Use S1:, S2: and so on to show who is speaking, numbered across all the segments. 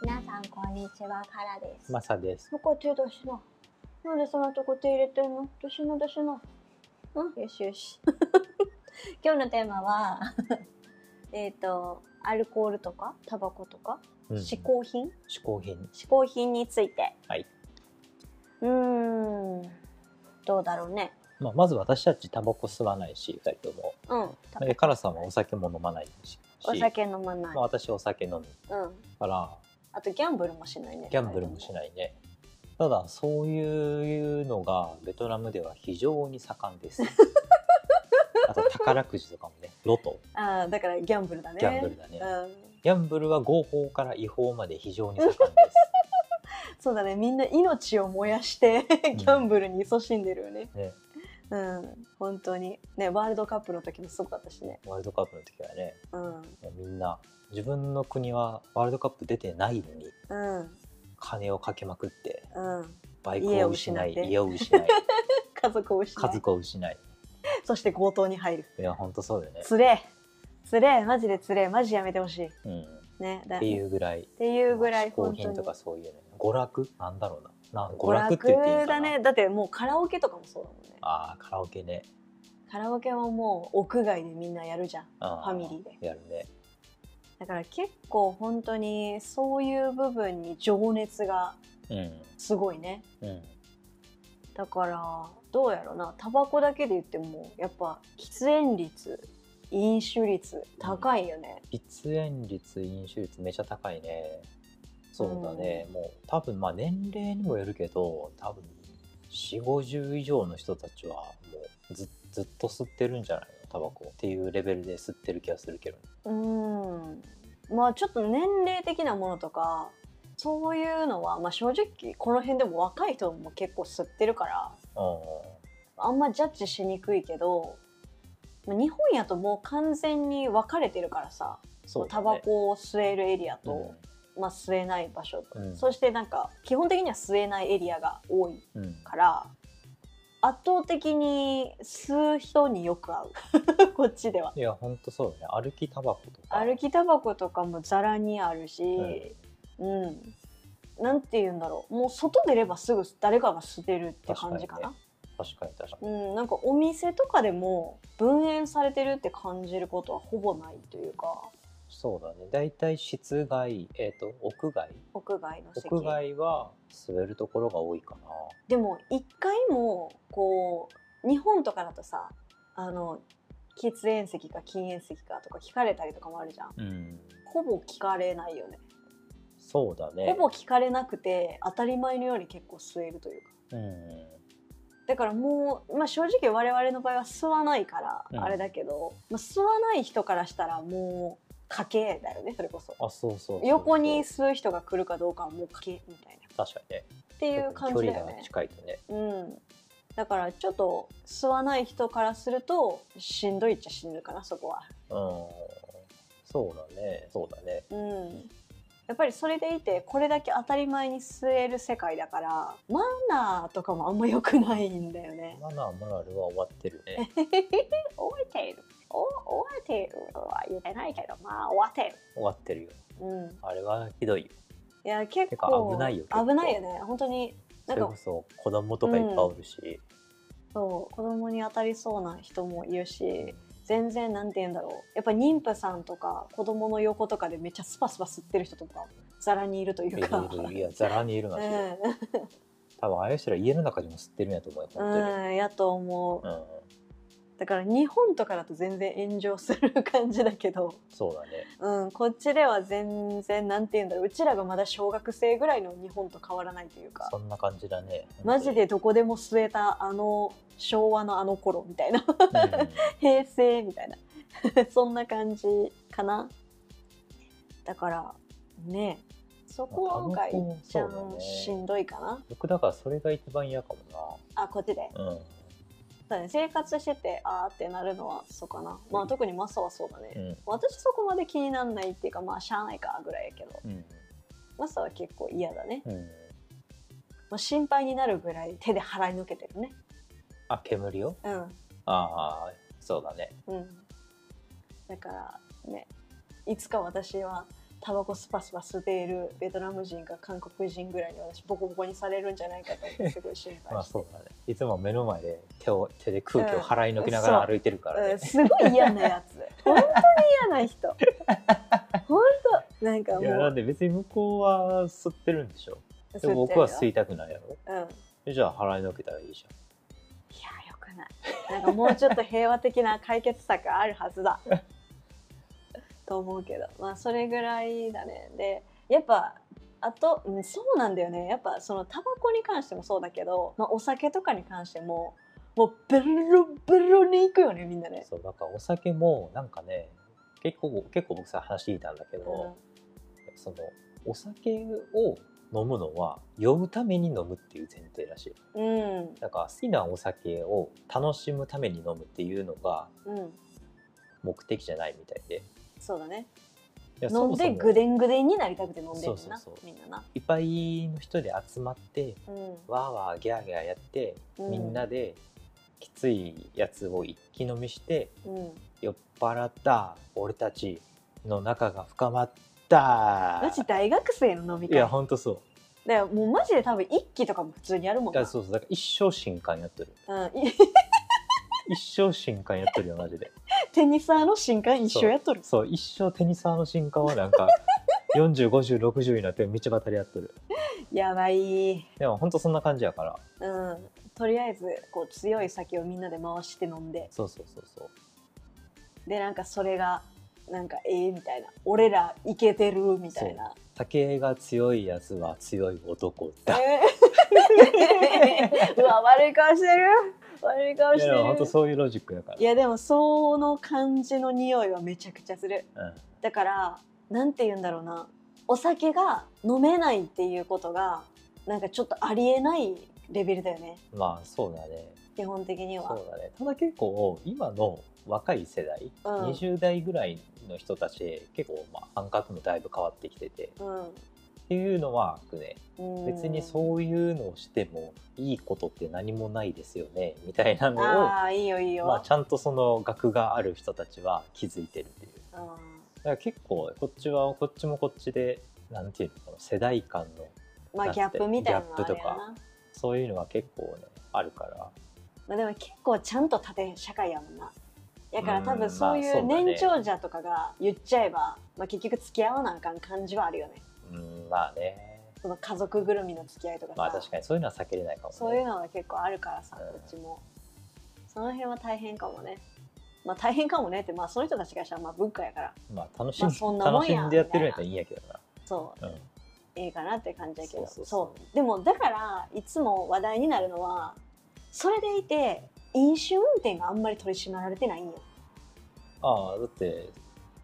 S1: 皆さんこんにちはからです。
S2: マサです。
S1: どこ手出しな。なんでそんなとこ手入れてんの出しな出しな。うんよしよし。 今日のテーマは えっとアルコールとかタバコとか
S2: うん
S1: 嗜好品
S2: 嗜好品。
S1: 嗜好品について。
S2: はい。
S1: うーんどうだろうね。
S2: まあ、まず私たちタバコ吸わないし、二人とも。
S1: うん。
S2: で、カラさんはお酒も飲まないし。
S1: お酒飲まない
S2: まあ、。私お酒飲む
S1: うん。
S2: から、
S1: あとギャンブルもしないね。
S2: ギャンブルもし
S1: い。
S2: ないね。ただ、そういうのがベトナムでは非常に盛 んです。あと、宝くじとかもね、ロト、
S1: ああだからギャンブルだね。
S2: ギャンブルだね。
S1: うん。
S2: ギャンブルは合法から違法まで非常に盛んです。
S1: そうだねみんな命を燃やしてギャンブルに勤しんでるよね
S2: ね、
S1: うん本当にねワールドカップの時もすごかったしね
S2: ワールドカップの時はね、
S1: うん
S2: みんな、自分の国はワールドカップ出てないのに、
S1: うん
S2: 金をかけまくって、
S1: うん
S2: バイクを失い
S1: 家を失って
S2: 家を失い
S1: 家族を失
S2: 家
S1: い
S2: 族を失い
S1: そして強盗に入る
S2: いや本当そうだよね、
S1: つれえつれえマジでつれえマジやめてほしい
S2: うん、っ
S1: ねだ
S2: てい
S1: っ
S2: うぐらい
S1: ていうぐらい
S2: 嗜好
S1: 本当
S2: 品
S1: に
S2: とかそういうね娯楽なんだろうなな娯
S1: 娯
S2: 楽って言っていいの
S1: 楽
S2: か
S1: だ
S2: な、
S1: ねだってもうカラオケとかもそうだもんね
S2: あーカラオケね
S1: カラオケはもう屋外でみんなやるじゃん
S2: ファ
S1: ァミリー
S2: でやるね
S1: だから結構本当にそういう部分に情熱がすごいね
S2: うんうん
S1: だからどうやろなタバコだけで言ってもやっぱ喫煙率飲酒率高いよね、
S2: 喫煙率飲酒率めちゃ高いねそうだね、もう多分まあ年齢にもよるけど多分4 5 0以上の人たちはもうずずっと吸ってるんじゃないのタバコっていうレベルで吸ってる気がするけど
S1: うん、まあちょっと年齢的なものとかそういうのは、まあ、正直この辺でも若い人も結構吸ってるから
S2: う
S1: あんまジャッジしにくいけどまあ日本やともう完全に分かれてるからさ
S2: んそうだ
S1: タ
S2: ね
S1: バコを吸えるエリア
S2: う
S1: と、まあ、吸えない場所と、
S2: うん
S1: そしてなんか基本的には吸えないエリアが多い
S2: んうん
S1: から圧倒的に吸う人によく合う こっちではい
S2: やほんとそうだね歩きタバコとか
S1: 歩きタバコとかもざらにあるし、うんなんて言うんだろうもう外出ればすぐ誰かが吸ってるって感じかな
S2: 確かに確かに
S1: うん、なんかお店とかでも分煙されてるって感じることはほぼないというか
S2: そうだね大体室外えっ、と屋外
S1: 屋外の席
S2: 屋外は吸えるところが多いかな
S1: でも一回もこう日本とかだとさあの喫煙席か禁煙席かとか聞かれたりとかもあるじゃん
S2: うん
S1: ほぼ聞かれないよね、
S2: そうだね
S1: ほぼ聞かれなくて当たり前のように結構吸えるというか
S2: うん
S1: だからもう、まあ、正直我々の場合は吸わないか
S2: うん
S1: らあれだけど、まあ、吸わない人からしたらもう賭けだよねそれこそ
S2: あそうそうそうそう
S1: 横に吸う人が来るかどうかはもう賭けみたいな
S2: 確かにね
S1: っていう感じだよ
S2: 距離が
S1: ね
S2: 近いとね
S1: うんだからちょっと吸わない人からするとしんどいっちゃしんどいかなそこは
S2: うんそうだねそうだね
S1: うん、やっぱりそれでいてこれだけ当たり前に吸える世界だからマナーとかもあんま良くないんだよね。
S2: マナーモラルは終わってるね
S1: 覚えているお覚えているは言ってないけどまあ終わってる。
S2: 終わってるよ
S1: うん、い
S2: あれはひどいよ
S1: や結
S2: て
S1: 構
S2: か危ないよ結構
S1: 危ないよね本当にな
S2: そ
S1: ん
S2: れ
S1: か
S2: こそ子供とかいっぱいおるし、
S1: そう子供に当たりそうな人もいるし
S2: ん
S1: 全然なんて言うんだろうやっぱ妊婦さんとか子供の横とかでめっちゃスパスパ吸ってる人とかざらにいるとい
S2: いう
S1: か。
S2: るいるいやざらにいるなし、
S1: うん
S2: 多分ああいう人ら家の中でも吸ってるんやと思うよ本当に、
S1: うん、やと思う、
S2: うん
S1: だから日本とかだと全然炎上する感じだけど、
S2: そうだね
S1: うん、こっちでは全然なんて言うんだろううちらがまだ小学生ぐらいの日本と変わらないというか
S2: そんな感じだね
S1: マジでどこでも据えたあの昭和のあの頃みたいな
S2: 本当に
S1: 平成みたいな そんな感じかなだからねそこは今回
S2: まあ
S1: 一
S2: そうだ
S1: 番
S2: ね
S1: しんどいかな、
S2: 僕だからそれが一番嫌かも
S1: あこっちで
S2: な
S1: そ
S2: うん、
S1: うだね生活しててあーってなるのはそうかなまあ特にマサはそうだね、
S2: うん
S1: 私そこまで気になんないっていうかまあしゃあないかぐらいやけど
S2: うん
S1: マサは結構嫌だね
S2: うん、
S1: もう心配になるぐらい手で払いのけてるね
S2: あ煙を
S1: うん
S2: ああそうだね
S1: うんだからねいつか私はタバコスパスパ吸っているベトナム人か韓国人ぐらいに私ボコボコにされるんじゃないかと思ってすごい心
S2: ま
S1: 配
S2: あ
S1: して
S2: そうだね。いつも目の前で手を手で空気を払いのけながら歩いてるから
S1: う
S2: ね
S1: ん。すごい嫌なやつ本当に嫌な人本当 なんかも
S2: いやだっ
S1: う
S2: て別に向こうは吸ってるんでしょ。
S1: 吸って
S2: で
S1: る
S2: も
S1: よ
S2: 僕は吸いたくないやろ。
S1: うんいやよ
S2: じゃあ払いのけたらいいじ
S1: くないなんかもうちょっと平和的な解決策あるはず だと思うけどまあそれぐらいだねでやっぱあと、うんそうなんだよねやっぱそのタバコに関してもそうだけど、まあ、お酒とかに関してももうベロベロに行くよねみんな
S2: ゃん。
S1: ね、
S2: そうだからお酒もなんかね結構結構僕さ話聞いたんだけ
S1: うん
S2: ど、そのお酒を飲むのは酔うために飲むっていう前提らしい。
S1: うん
S2: だから好きなお酒を楽しむために飲むっていうのが
S1: うん
S2: 目的じゃないみたいで。
S1: そうだね
S2: いやそ
S1: 飲ん
S2: もそ
S1: で
S2: も
S1: ぐでんぐでんになりたくて飲んでる
S2: そ
S1: ん
S2: う
S1: な
S2: そうそう
S1: みんなない
S2: っぱいの人で集まって
S1: うん
S2: わーわーギャーギャーやって、
S1: うん
S2: みんなできついやつを一気飲みして
S1: うん
S2: 酔っ払った俺たちの仲が深まった
S1: マジ大学生の飲み
S2: い
S1: 会
S2: や
S1: だか
S2: ほんとそう
S1: らもうマジで多分一期とかも普通にやるもんな
S2: だからそうそうだから一生新刊やっとる
S1: うんい
S2: 一生新刊やっとるよマジで
S1: テニサーの新刊一緒やっとる
S2: そう一生テニサーの新刊はな んか405060になって道端でやっとる
S1: やばい
S2: でもほんとそんな感じやから
S1: うんとりあえずこう強い酒をみんなで回して飲んで
S2: そうそうそうそう
S1: でなんかそれがなんかええみたいな俺らイケてるみたいな
S2: 酒が強いやつは強い男だ
S1: え ーうわ悪い顔してる悪い顔
S2: い
S1: して
S2: やでも本当
S1: る
S2: そういうロジックやから。
S1: いやでもその感じの匂いはめちゃくちゃする
S2: うん、
S1: だからなんて言うんだろうなお酒が飲めないっていうことがなんかちょっとありえないレベルだよね
S2: まあそうだね。
S1: 基本的には
S2: そうだね。ただ結構今の若い世代、
S1: うん
S2: 20代ぐらいの人たち結構まあ感覚もだいぶ変わってきててっていうのはね
S1: うん、
S2: 別にそういうのをしてもいいことって何もないですよねみたいな
S1: う
S2: のを
S1: ああいいよいいよ、
S2: まあちゃんとその学がある人たちは気づいてるっていう。
S1: う
S2: だから結構こっちはこっちもこっちでなんていうのかな世代間の
S1: ん、まあギャップみたいなのはあるや
S2: ギャップ
S1: な、
S2: そういうのは結構ねあるから。
S1: まあ、でも結構ちゃんと縦社会やもんなだから多
S2: う
S1: 分
S2: ん
S1: そうい
S2: まあそううだね
S1: 年長者とかが言っちゃえば、まあ、結局付き合わなあかん感じはあるよね
S2: うんまあね
S1: その家族ぐるみの付き合いとかさ、
S2: まあ確かにそういうのは避けれないかもね
S1: そういうのは結構あるからさ、
S2: うん
S1: うちも。その辺は大変かもね。まあ大変かもねって、まあその人たちがしたらまあ文化やから、
S2: まあ楽しん,、
S1: まあそんなもん
S2: 楽
S1: や
S2: しんでやってるんやったらいいんやけどな
S1: そう、
S2: うん
S1: ええかなって感じだけど。そ
S2: そううそうそう
S1: でもだから、いつも話題になるのは、それでいて、飲酒運転があんまり取り締まられてないんよ。
S2: ああだって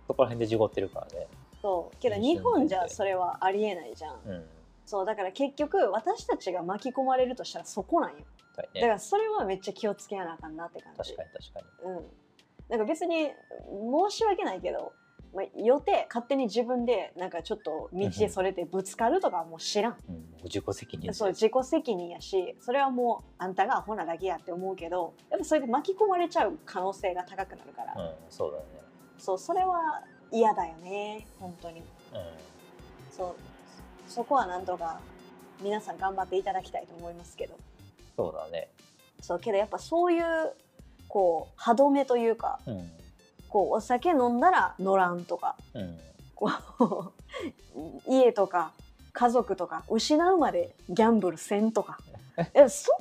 S2: そこら辺で事故ってるからね
S1: そう。けど
S2: 飲酒
S1: 日
S2: 運転
S1: 本じゃそれはありえないじゃん。
S2: うん
S1: そう、だから結局私たちが巻き込まれるとしたらそこなんよ。
S2: 確か
S1: だ
S2: に
S1: か
S2: ね
S1: らそれはめっちゃ気をつけやなあかんなって感じ。
S2: 確かに確かに
S1: うん、なんか別に申し訳ないけど、まあ、予定勝手に自分でなんかちょっと道でそれてぶつかるとかはもう知らん、
S2: うん、僕自己責任
S1: そう自己責任やしそれはもうあんたがアホなだけやって思うけどやっぱそれで巻き込まれちゃう可能性が高くなるから、
S2: うんそう
S1: そうそれは嫌だよね本当に
S2: だね
S1: そうそこはなんとか皆さん頑張っていただきたいと思いますけど
S2: うんそうだね
S1: そうけどやっぱそういうこう歯止めというか
S2: うん
S1: こうお酒飲んだら乗らんとか
S2: うん
S1: こう 家とか家族とか失うまでギャンブルせんとかいやそういう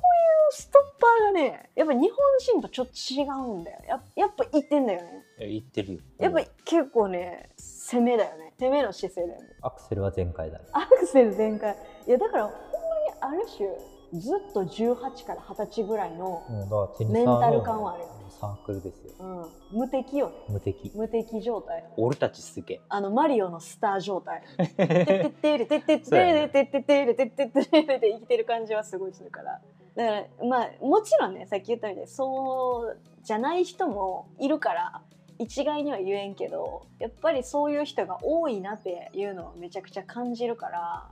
S1: ストッパーがねやっぱ日本人とちょっと違うんだよやっやっぱ言ってんだよね
S2: え言ってるよ
S1: やっぱ
S2: うん
S1: 結構ね攻めだよね攻めの姿勢だよね
S2: アクセルは全開だね
S1: アクセル全開いやだからほんまにある種ずっと18から20歳ぐらいの、
S2: うんだからテニ
S1: メ
S2: サー
S1: ン
S2: の
S1: タル感はあるよ
S2: サークルですよ
S1: うん、無敵よね
S2: 無敵
S1: 無敵状態
S2: 俺たちすげ
S1: あのマリオのスター状態てってってってってってってってってってってってってって
S2: え
S1: って生きてる感じはすごいするからだからまあもちろんねさっき言ったみたいにそうじゃない人もいるから一概には言えんけどやっぱりそういう人が多いなっていうのをめちゃくちゃ感じるから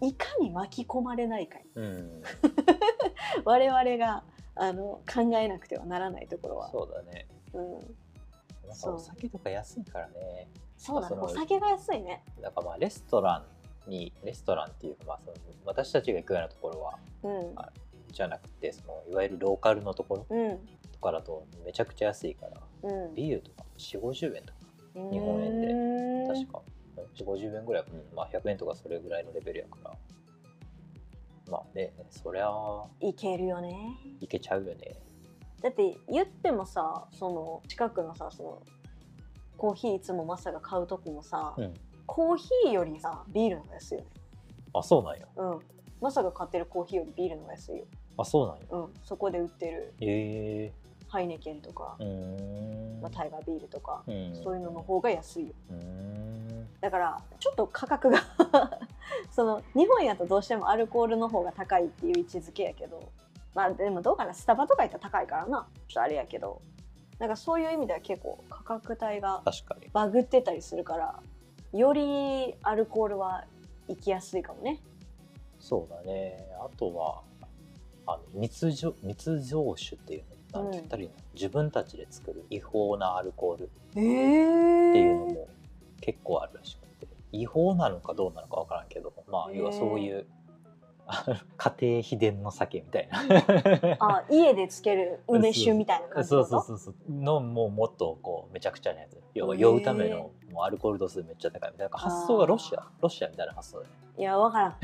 S1: いかに巻き込まれないか
S2: うん
S1: 我々があの考えなくてはならないところは
S2: そうだね
S1: うん、
S2: なんか
S1: そう
S2: お酒とか安いからね
S1: そうだね
S2: その
S1: お酒が安いね
S2: なんかまあレストランにレストランっていうかまあその私たちが行くようなところは
S1: うん
S2: あじゃなくてそのいわゆるローカルのところ
S1: うん
S2: とかだとめちゃくちゃ安いから
S1: うん
S2: ビールとか4 5 0円とか
S1: 日
S2: 本円で
S1: で
S2: 確か4 5 0円ぐらい、うんまあ、100円とかそれぐらいのレベルやからまあねそりゃあ
S1: いけるよね
S2: いけちゃうよね
S1: だって言ってもさその近くのさそのコーヒーいつもマサが買うとこもさ、
S2: うん
S1: コーヒーよりさビールの方が安いよね
S2: あそうなんや
S1: うんマサが買ってるコーヒーよりビールの方が安いよ
S2: あそうなんや
S1: うんそこで売ってる
S2: へえ
S1: ハイネケンとか、
S2: うーん
S1: まあ、タイガービールとか、
S2: うん
S1: そういうのの方が安いよ
S2: うーん
S1: だからちょっと価格が その日本やとどうしてもアルコールの方が高いっていう位置づけやけどまあでもどうかなスタバとか行ったら高いからなちょっとあれやけどなんかそういう意味では結構価格帯が
S2: 確かに
S1: バグってたりするからよりアルコールは行きやすいかもね
S2: そうだねあとはあの密醸密醸酒っていうのなんて言ったらいいの、自分たちで作る違法なアルコールっ
S1: へ
S2: てい
S1: え
S2: うのも結構あるらしくて違法なのかどうなのか分からんけどまあ
S1: へー
S2: 要はそういう あの家庭秘伝の酒みたいな
S1: あ家でつける梅酒みたいな感じ
S2: そうそう
S1: う
S2: そうそうのもうもっとこうめちゃくちゃなやつ要は
S1: へー
S2: 酔うためのもうアルコール度数めっちゃ高いみたいななんか発想がロシアロシアみたいな発想だね
S1: いやわ からん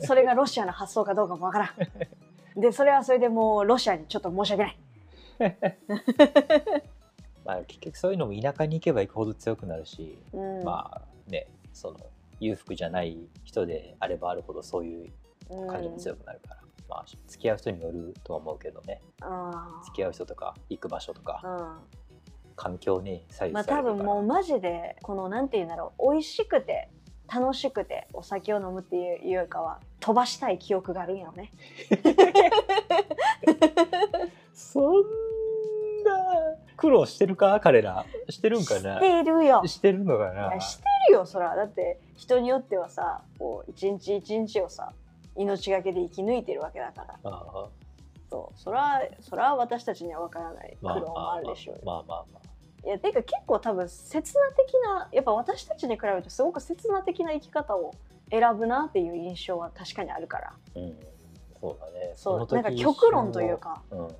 S1: それがロシアの発想かどうかもわからんでそれはそれでもうロシアにちょっと申し訳ない
S2: まあ、結局そういうのも田舎に行けば行くほど強くなるし、
S1: うん
S2: まあねその裕福じゃない人であればあるほどそういう感情も強くなるから、まあ付き合う人によるとは思うけどね
S1: あ
S2: 付き合う人とか行く場所と
S1: あ、
S2: か
S1: うん
S2: 環境に左
S1: ま
S2: 右
S1: あ
S2: され
S1: 多
S2: るから、
S1: 分もうマジでこのなんて言うんだろう美味しくて楽しくてお酒を飲むっていうよりかは飛ばしたい記憶があるんやろね
S2: そんな苦労してるか彼らしてるんか
S1: し
S2: な
S1: ているよ
S2: してるのか
S1: い
S2: な
S1: やしてるよそらだって人によってはさこう一日一日をさ命がけで生き抜いてるわけだから
S2: ああ
S1: そうそらそら私たちには分からない苦
S2: まあ
S1: 労もあるでしょうよ
S2: まあまあまあ
S1: いやてか結構多分刹那的なやっぱ私たちに比べるとすごく刹那的な生き方を選ぶなっていう印象は確かにあるから
S2: まあ、うん、そうだね
S1: そう
S2: 時
S1: なんか極論というか
S2: うんうん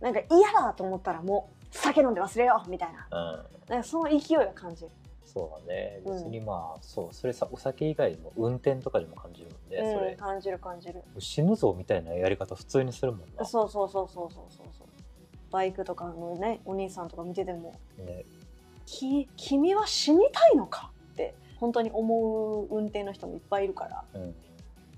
S1: なんか嫌だと思ったらもう酒飲んで忘れようみたいななんかその勢いが感じる
S2: そうだね
S1: うん
S2: 別にまあ、そうそれさお酒以外にも運転とかでも感じるもんね、そ
S1: うん
S2: れ
S1: 感じる感じる
S2: 死ぬぞみたいなやり方普通にするもんな、
S1: そうそうそうそうそうそうそうバイクとかのねお兄さんとか見てても
S2: ね、
S1: 「き君は死にたいのか?」って本当に思う運転の人もいっぱいいるから
S2: うん、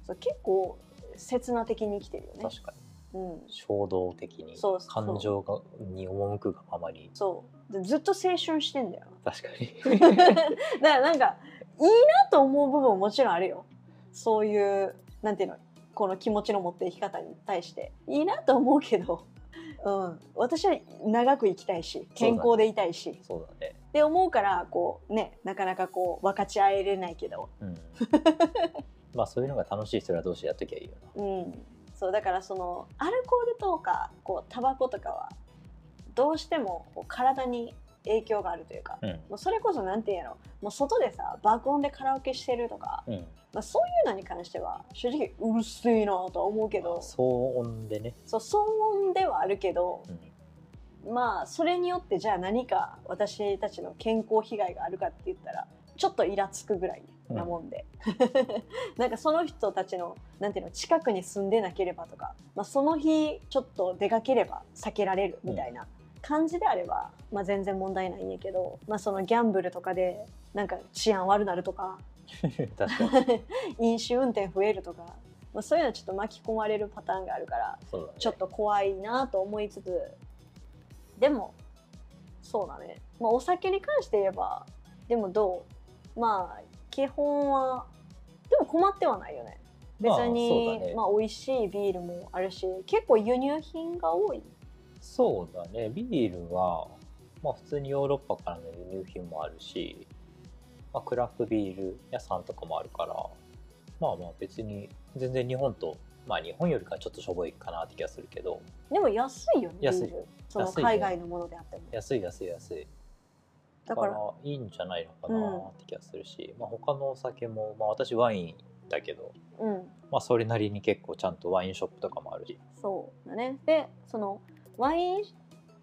S1: そう結構刹那的に生きてるよね。
S2: 確かに
S1: うん、
S2: 衝動的に
S1: そうそう
S2: 感情がに赴くがままに
S1: そうでずっと青春してんだよ
S2: 確かに
S1: だからなんかいいなと思う部分ももちろんあるよそういうなんていうのこの気持ちの持っていき方に対していいなと思うけど、うん、私は長く生きたいし健康でいたいし、
S2: そうだね
S1: って思うからこうねなかなかこう分かち合えれないけど、
S2: うん まあそういうのが楽しい人ら同士やっときゃいいよ
S1: うん、そうだからそのアルコールとかこうタバコとかはどうしてもこう体に影響があるというか。
S2: な
S1: もうそれこそなんていうんやろもう外でさ爆音でカラオケしてるとか
S2: うん、うん、
S1: まあ、そういうのに関しては正直うるせえなとは思うけど
S2: 騒音でね、
S1: そう騒音ではあるけど
S2: うん、
S1: まあそれによってじゃあ何か私たちの健康被害があるかって言ったらちょっとイラつくぐらいなもんで、 なんかその人たちのなんていうの近くに住んでなければとか、まあ、その日ちょっと出かければ避けられるみたいな感じであれば、まあ、全然問題ないんやけど、まあ、そのギャンブルとかでなんか治安悪なるとか
S2: 確かに
S1: 飲酒運転増えるとか、まあ、そういうのはちょっと巻き込まれるパターンがあるから
S2: そうだね
S1: ちょっと怖いなと思いつつでもそうだね、まあ、お酒に関して言えばでもどうまあ基本はでも困ってはないよね別に、
S2: ま
S1: ま
S2: あ
S1: あ
S2: そうだね、
S1: 美味しいビールもあるし結構輸入品が多い
S2: そうだねビールは、まあ、普通にヨーロッパからの輸入品もあるし、まあ、クラフトビール屋さんとかもあるからまあまあ別に全然日本とまあ日本よりかはちょっとしょぼいかなって気がするけど
S1: でも安いよねビ
S2: 安い
S1: ールその
S2: 安いね
S1: 海外のものであっても、
S2: 安い安い安い
S1: だ
S2: だ
S1: か
S2: かららいいんじゃないのかなって気がするし、まあ、他のお酒も、まあ、私ワインだけど、
S1: うん
S2: まあ、それなりに結構ちゃんとワインショップとかもあるし
S1: そうだねでそのワイン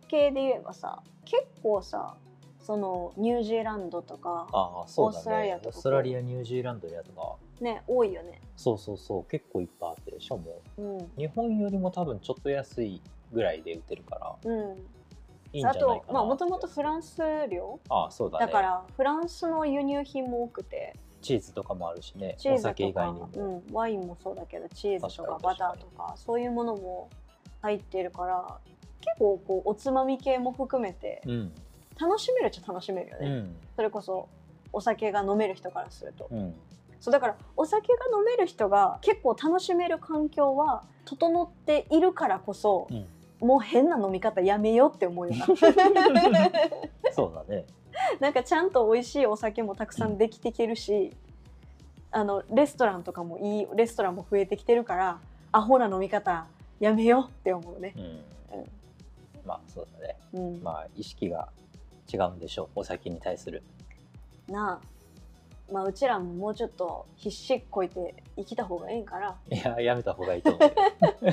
S1: 系で言えばさ結構さそのニュージーランドとか
S2: ああそう
S1: オーストラ
S2: だ
S1: リア
S2: ね
S1: と
S2: オ
S1: か
S2: ーストラリアニュージーランドやとか
S1: ね多いよね
S2: そうそうそう結構いっぱいあってしかも
S1: うん
S2: 日本よりも多分ちょっと安いぐらいで売ってるから
S1: うん
S2: いいんじゃ
S1: あ
S2: ないかな
S1: とまあもともとフランス領
S2: ああそうだね
S1: だからフランスの輸入品も多くて
S2: チーズとかもあるしね
S1: チー
S2: お
S1: ズ
S2: 酒
S1: と
S2: 以外
S1: か
S2: にも、、
S1: うん、ワインもそうだけどチーズとか
S2: 確か
S1: バ
S2: に確か
S1: ター
S2: に
S1: とかそういうものも入ってるから結構こうおつまみ系も含めて
S2: うん
S1: 楽しめるっちゃ楽しめるよ
S2: う
S1: ね、
S2: ん
S1: それこそお酒が飲める人からすると、
S2: うん
S1: そうだからお酒が飲める人が結構楽しめる環境は整っているからこそ、
S2: うん
S1: もう変な飲み方やめようって思うよな
S2: そうだね
S1: なんかちゃんと美味しいお酒もたくさんできてきてるし、あのレストランとかもいいレストランも増えてきてるからアホな飲み方やめようって思うね、
S2: うん、まあそうだね
S1: うん
S2: まあ意識が違うんでしょうお酒に対する
S1: なあまあうちらももうちょっと必死こいて生きた方がいいから
S2: いややめた方がいいと思うよ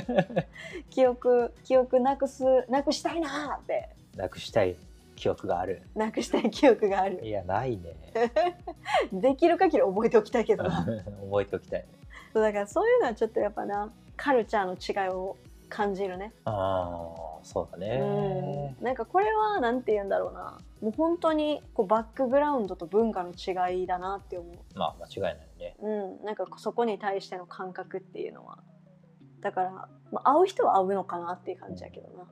S1: 記憶記憶なくすなくしたいなーって
S2: なくしたい記憶がある
S1: なくしたい記憶がある
S2: いやないね
S1: できる限り覚えておきたいけどな
S2: 覚えておきたいね
S1: そうだからそういうのはちょっとやっぱなカルチャーの違いを感じるね、
S2: ああそうだね
S1: うんなんかこれはなんて言うんだろうなもう本当にこうバックグラウンドと文化の違いだなって思
S2: まあ間違いないね
S1: う、うん、なんかそこに対しての感覚っていうのはだから、まあ、合う人は合うのかなっていう感じやけどな、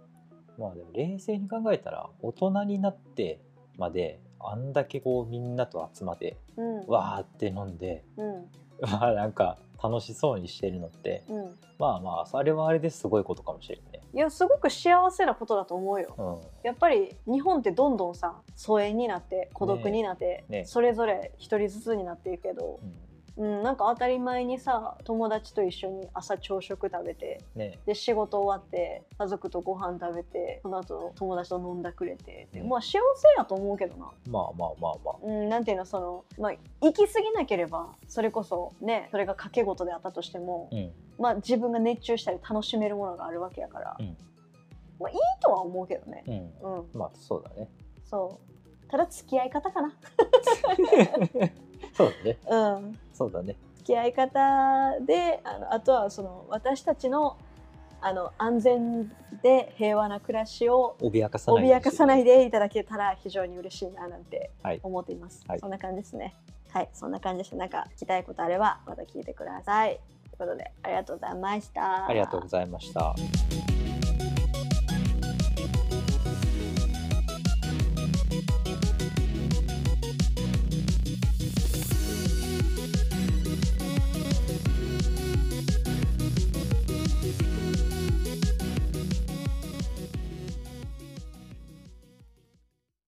S2: まあでも冷静に考えたら大人になってまであんだけこうみんなと集まって
S1: うん、
S2: わーって飲んで
S1: うん
S2: まあなんか楽しそうにしてるのって
S1: うん
S2: まあまああれはあれですごいことかもしれないね。
S1: いやすごく幸せなことだと思うよ
S2: うん
S1: やっぱり日本ってどんどんさ疎遠になって孤独になって、
S2: ねえねえ
S1: それぞれ一人ずつになっていくけど、
S2: うん
S1: うん、なんか当たり前にさ友達と一緒に朝朝食食べて
S2: ね
S1: で仕事終わって家族とご飯食べてその後友達と飲んだくれてって、
S2: うん
S1: まあ幸せやと思うけどな、
S2: まあまあまあまあ
S1: うん、なんていうのその、まあ、行き過ぎなければそれこそねそれが掛け事であったとしても、
S2: うん
S1: まあ、自分が熱中したり楽しめるものがあるわけやから、
S2: うん
S1: まあ、いいとは思うけどね。
S2: うん
S1: うん
S2: まあそうだ ね
S1: そう。ただ付き合い方か
S2: そうだね
S1: な。うん。
S2: そうだね
S1: 付き合い方で、あのあとはその私たちのあの安全で平和な暮らしを
S2: 脅かさない
S1: 脅かさないいでいただけたら非常に嬉しいななんて
S2: はい
S1: 思っています。
S2: はい
S1: そんな感じですね。はい、そんな感じです。なんか聞きたいことあればまた聞いてください。ということでありがとうございました。
S2: ありがとうございました。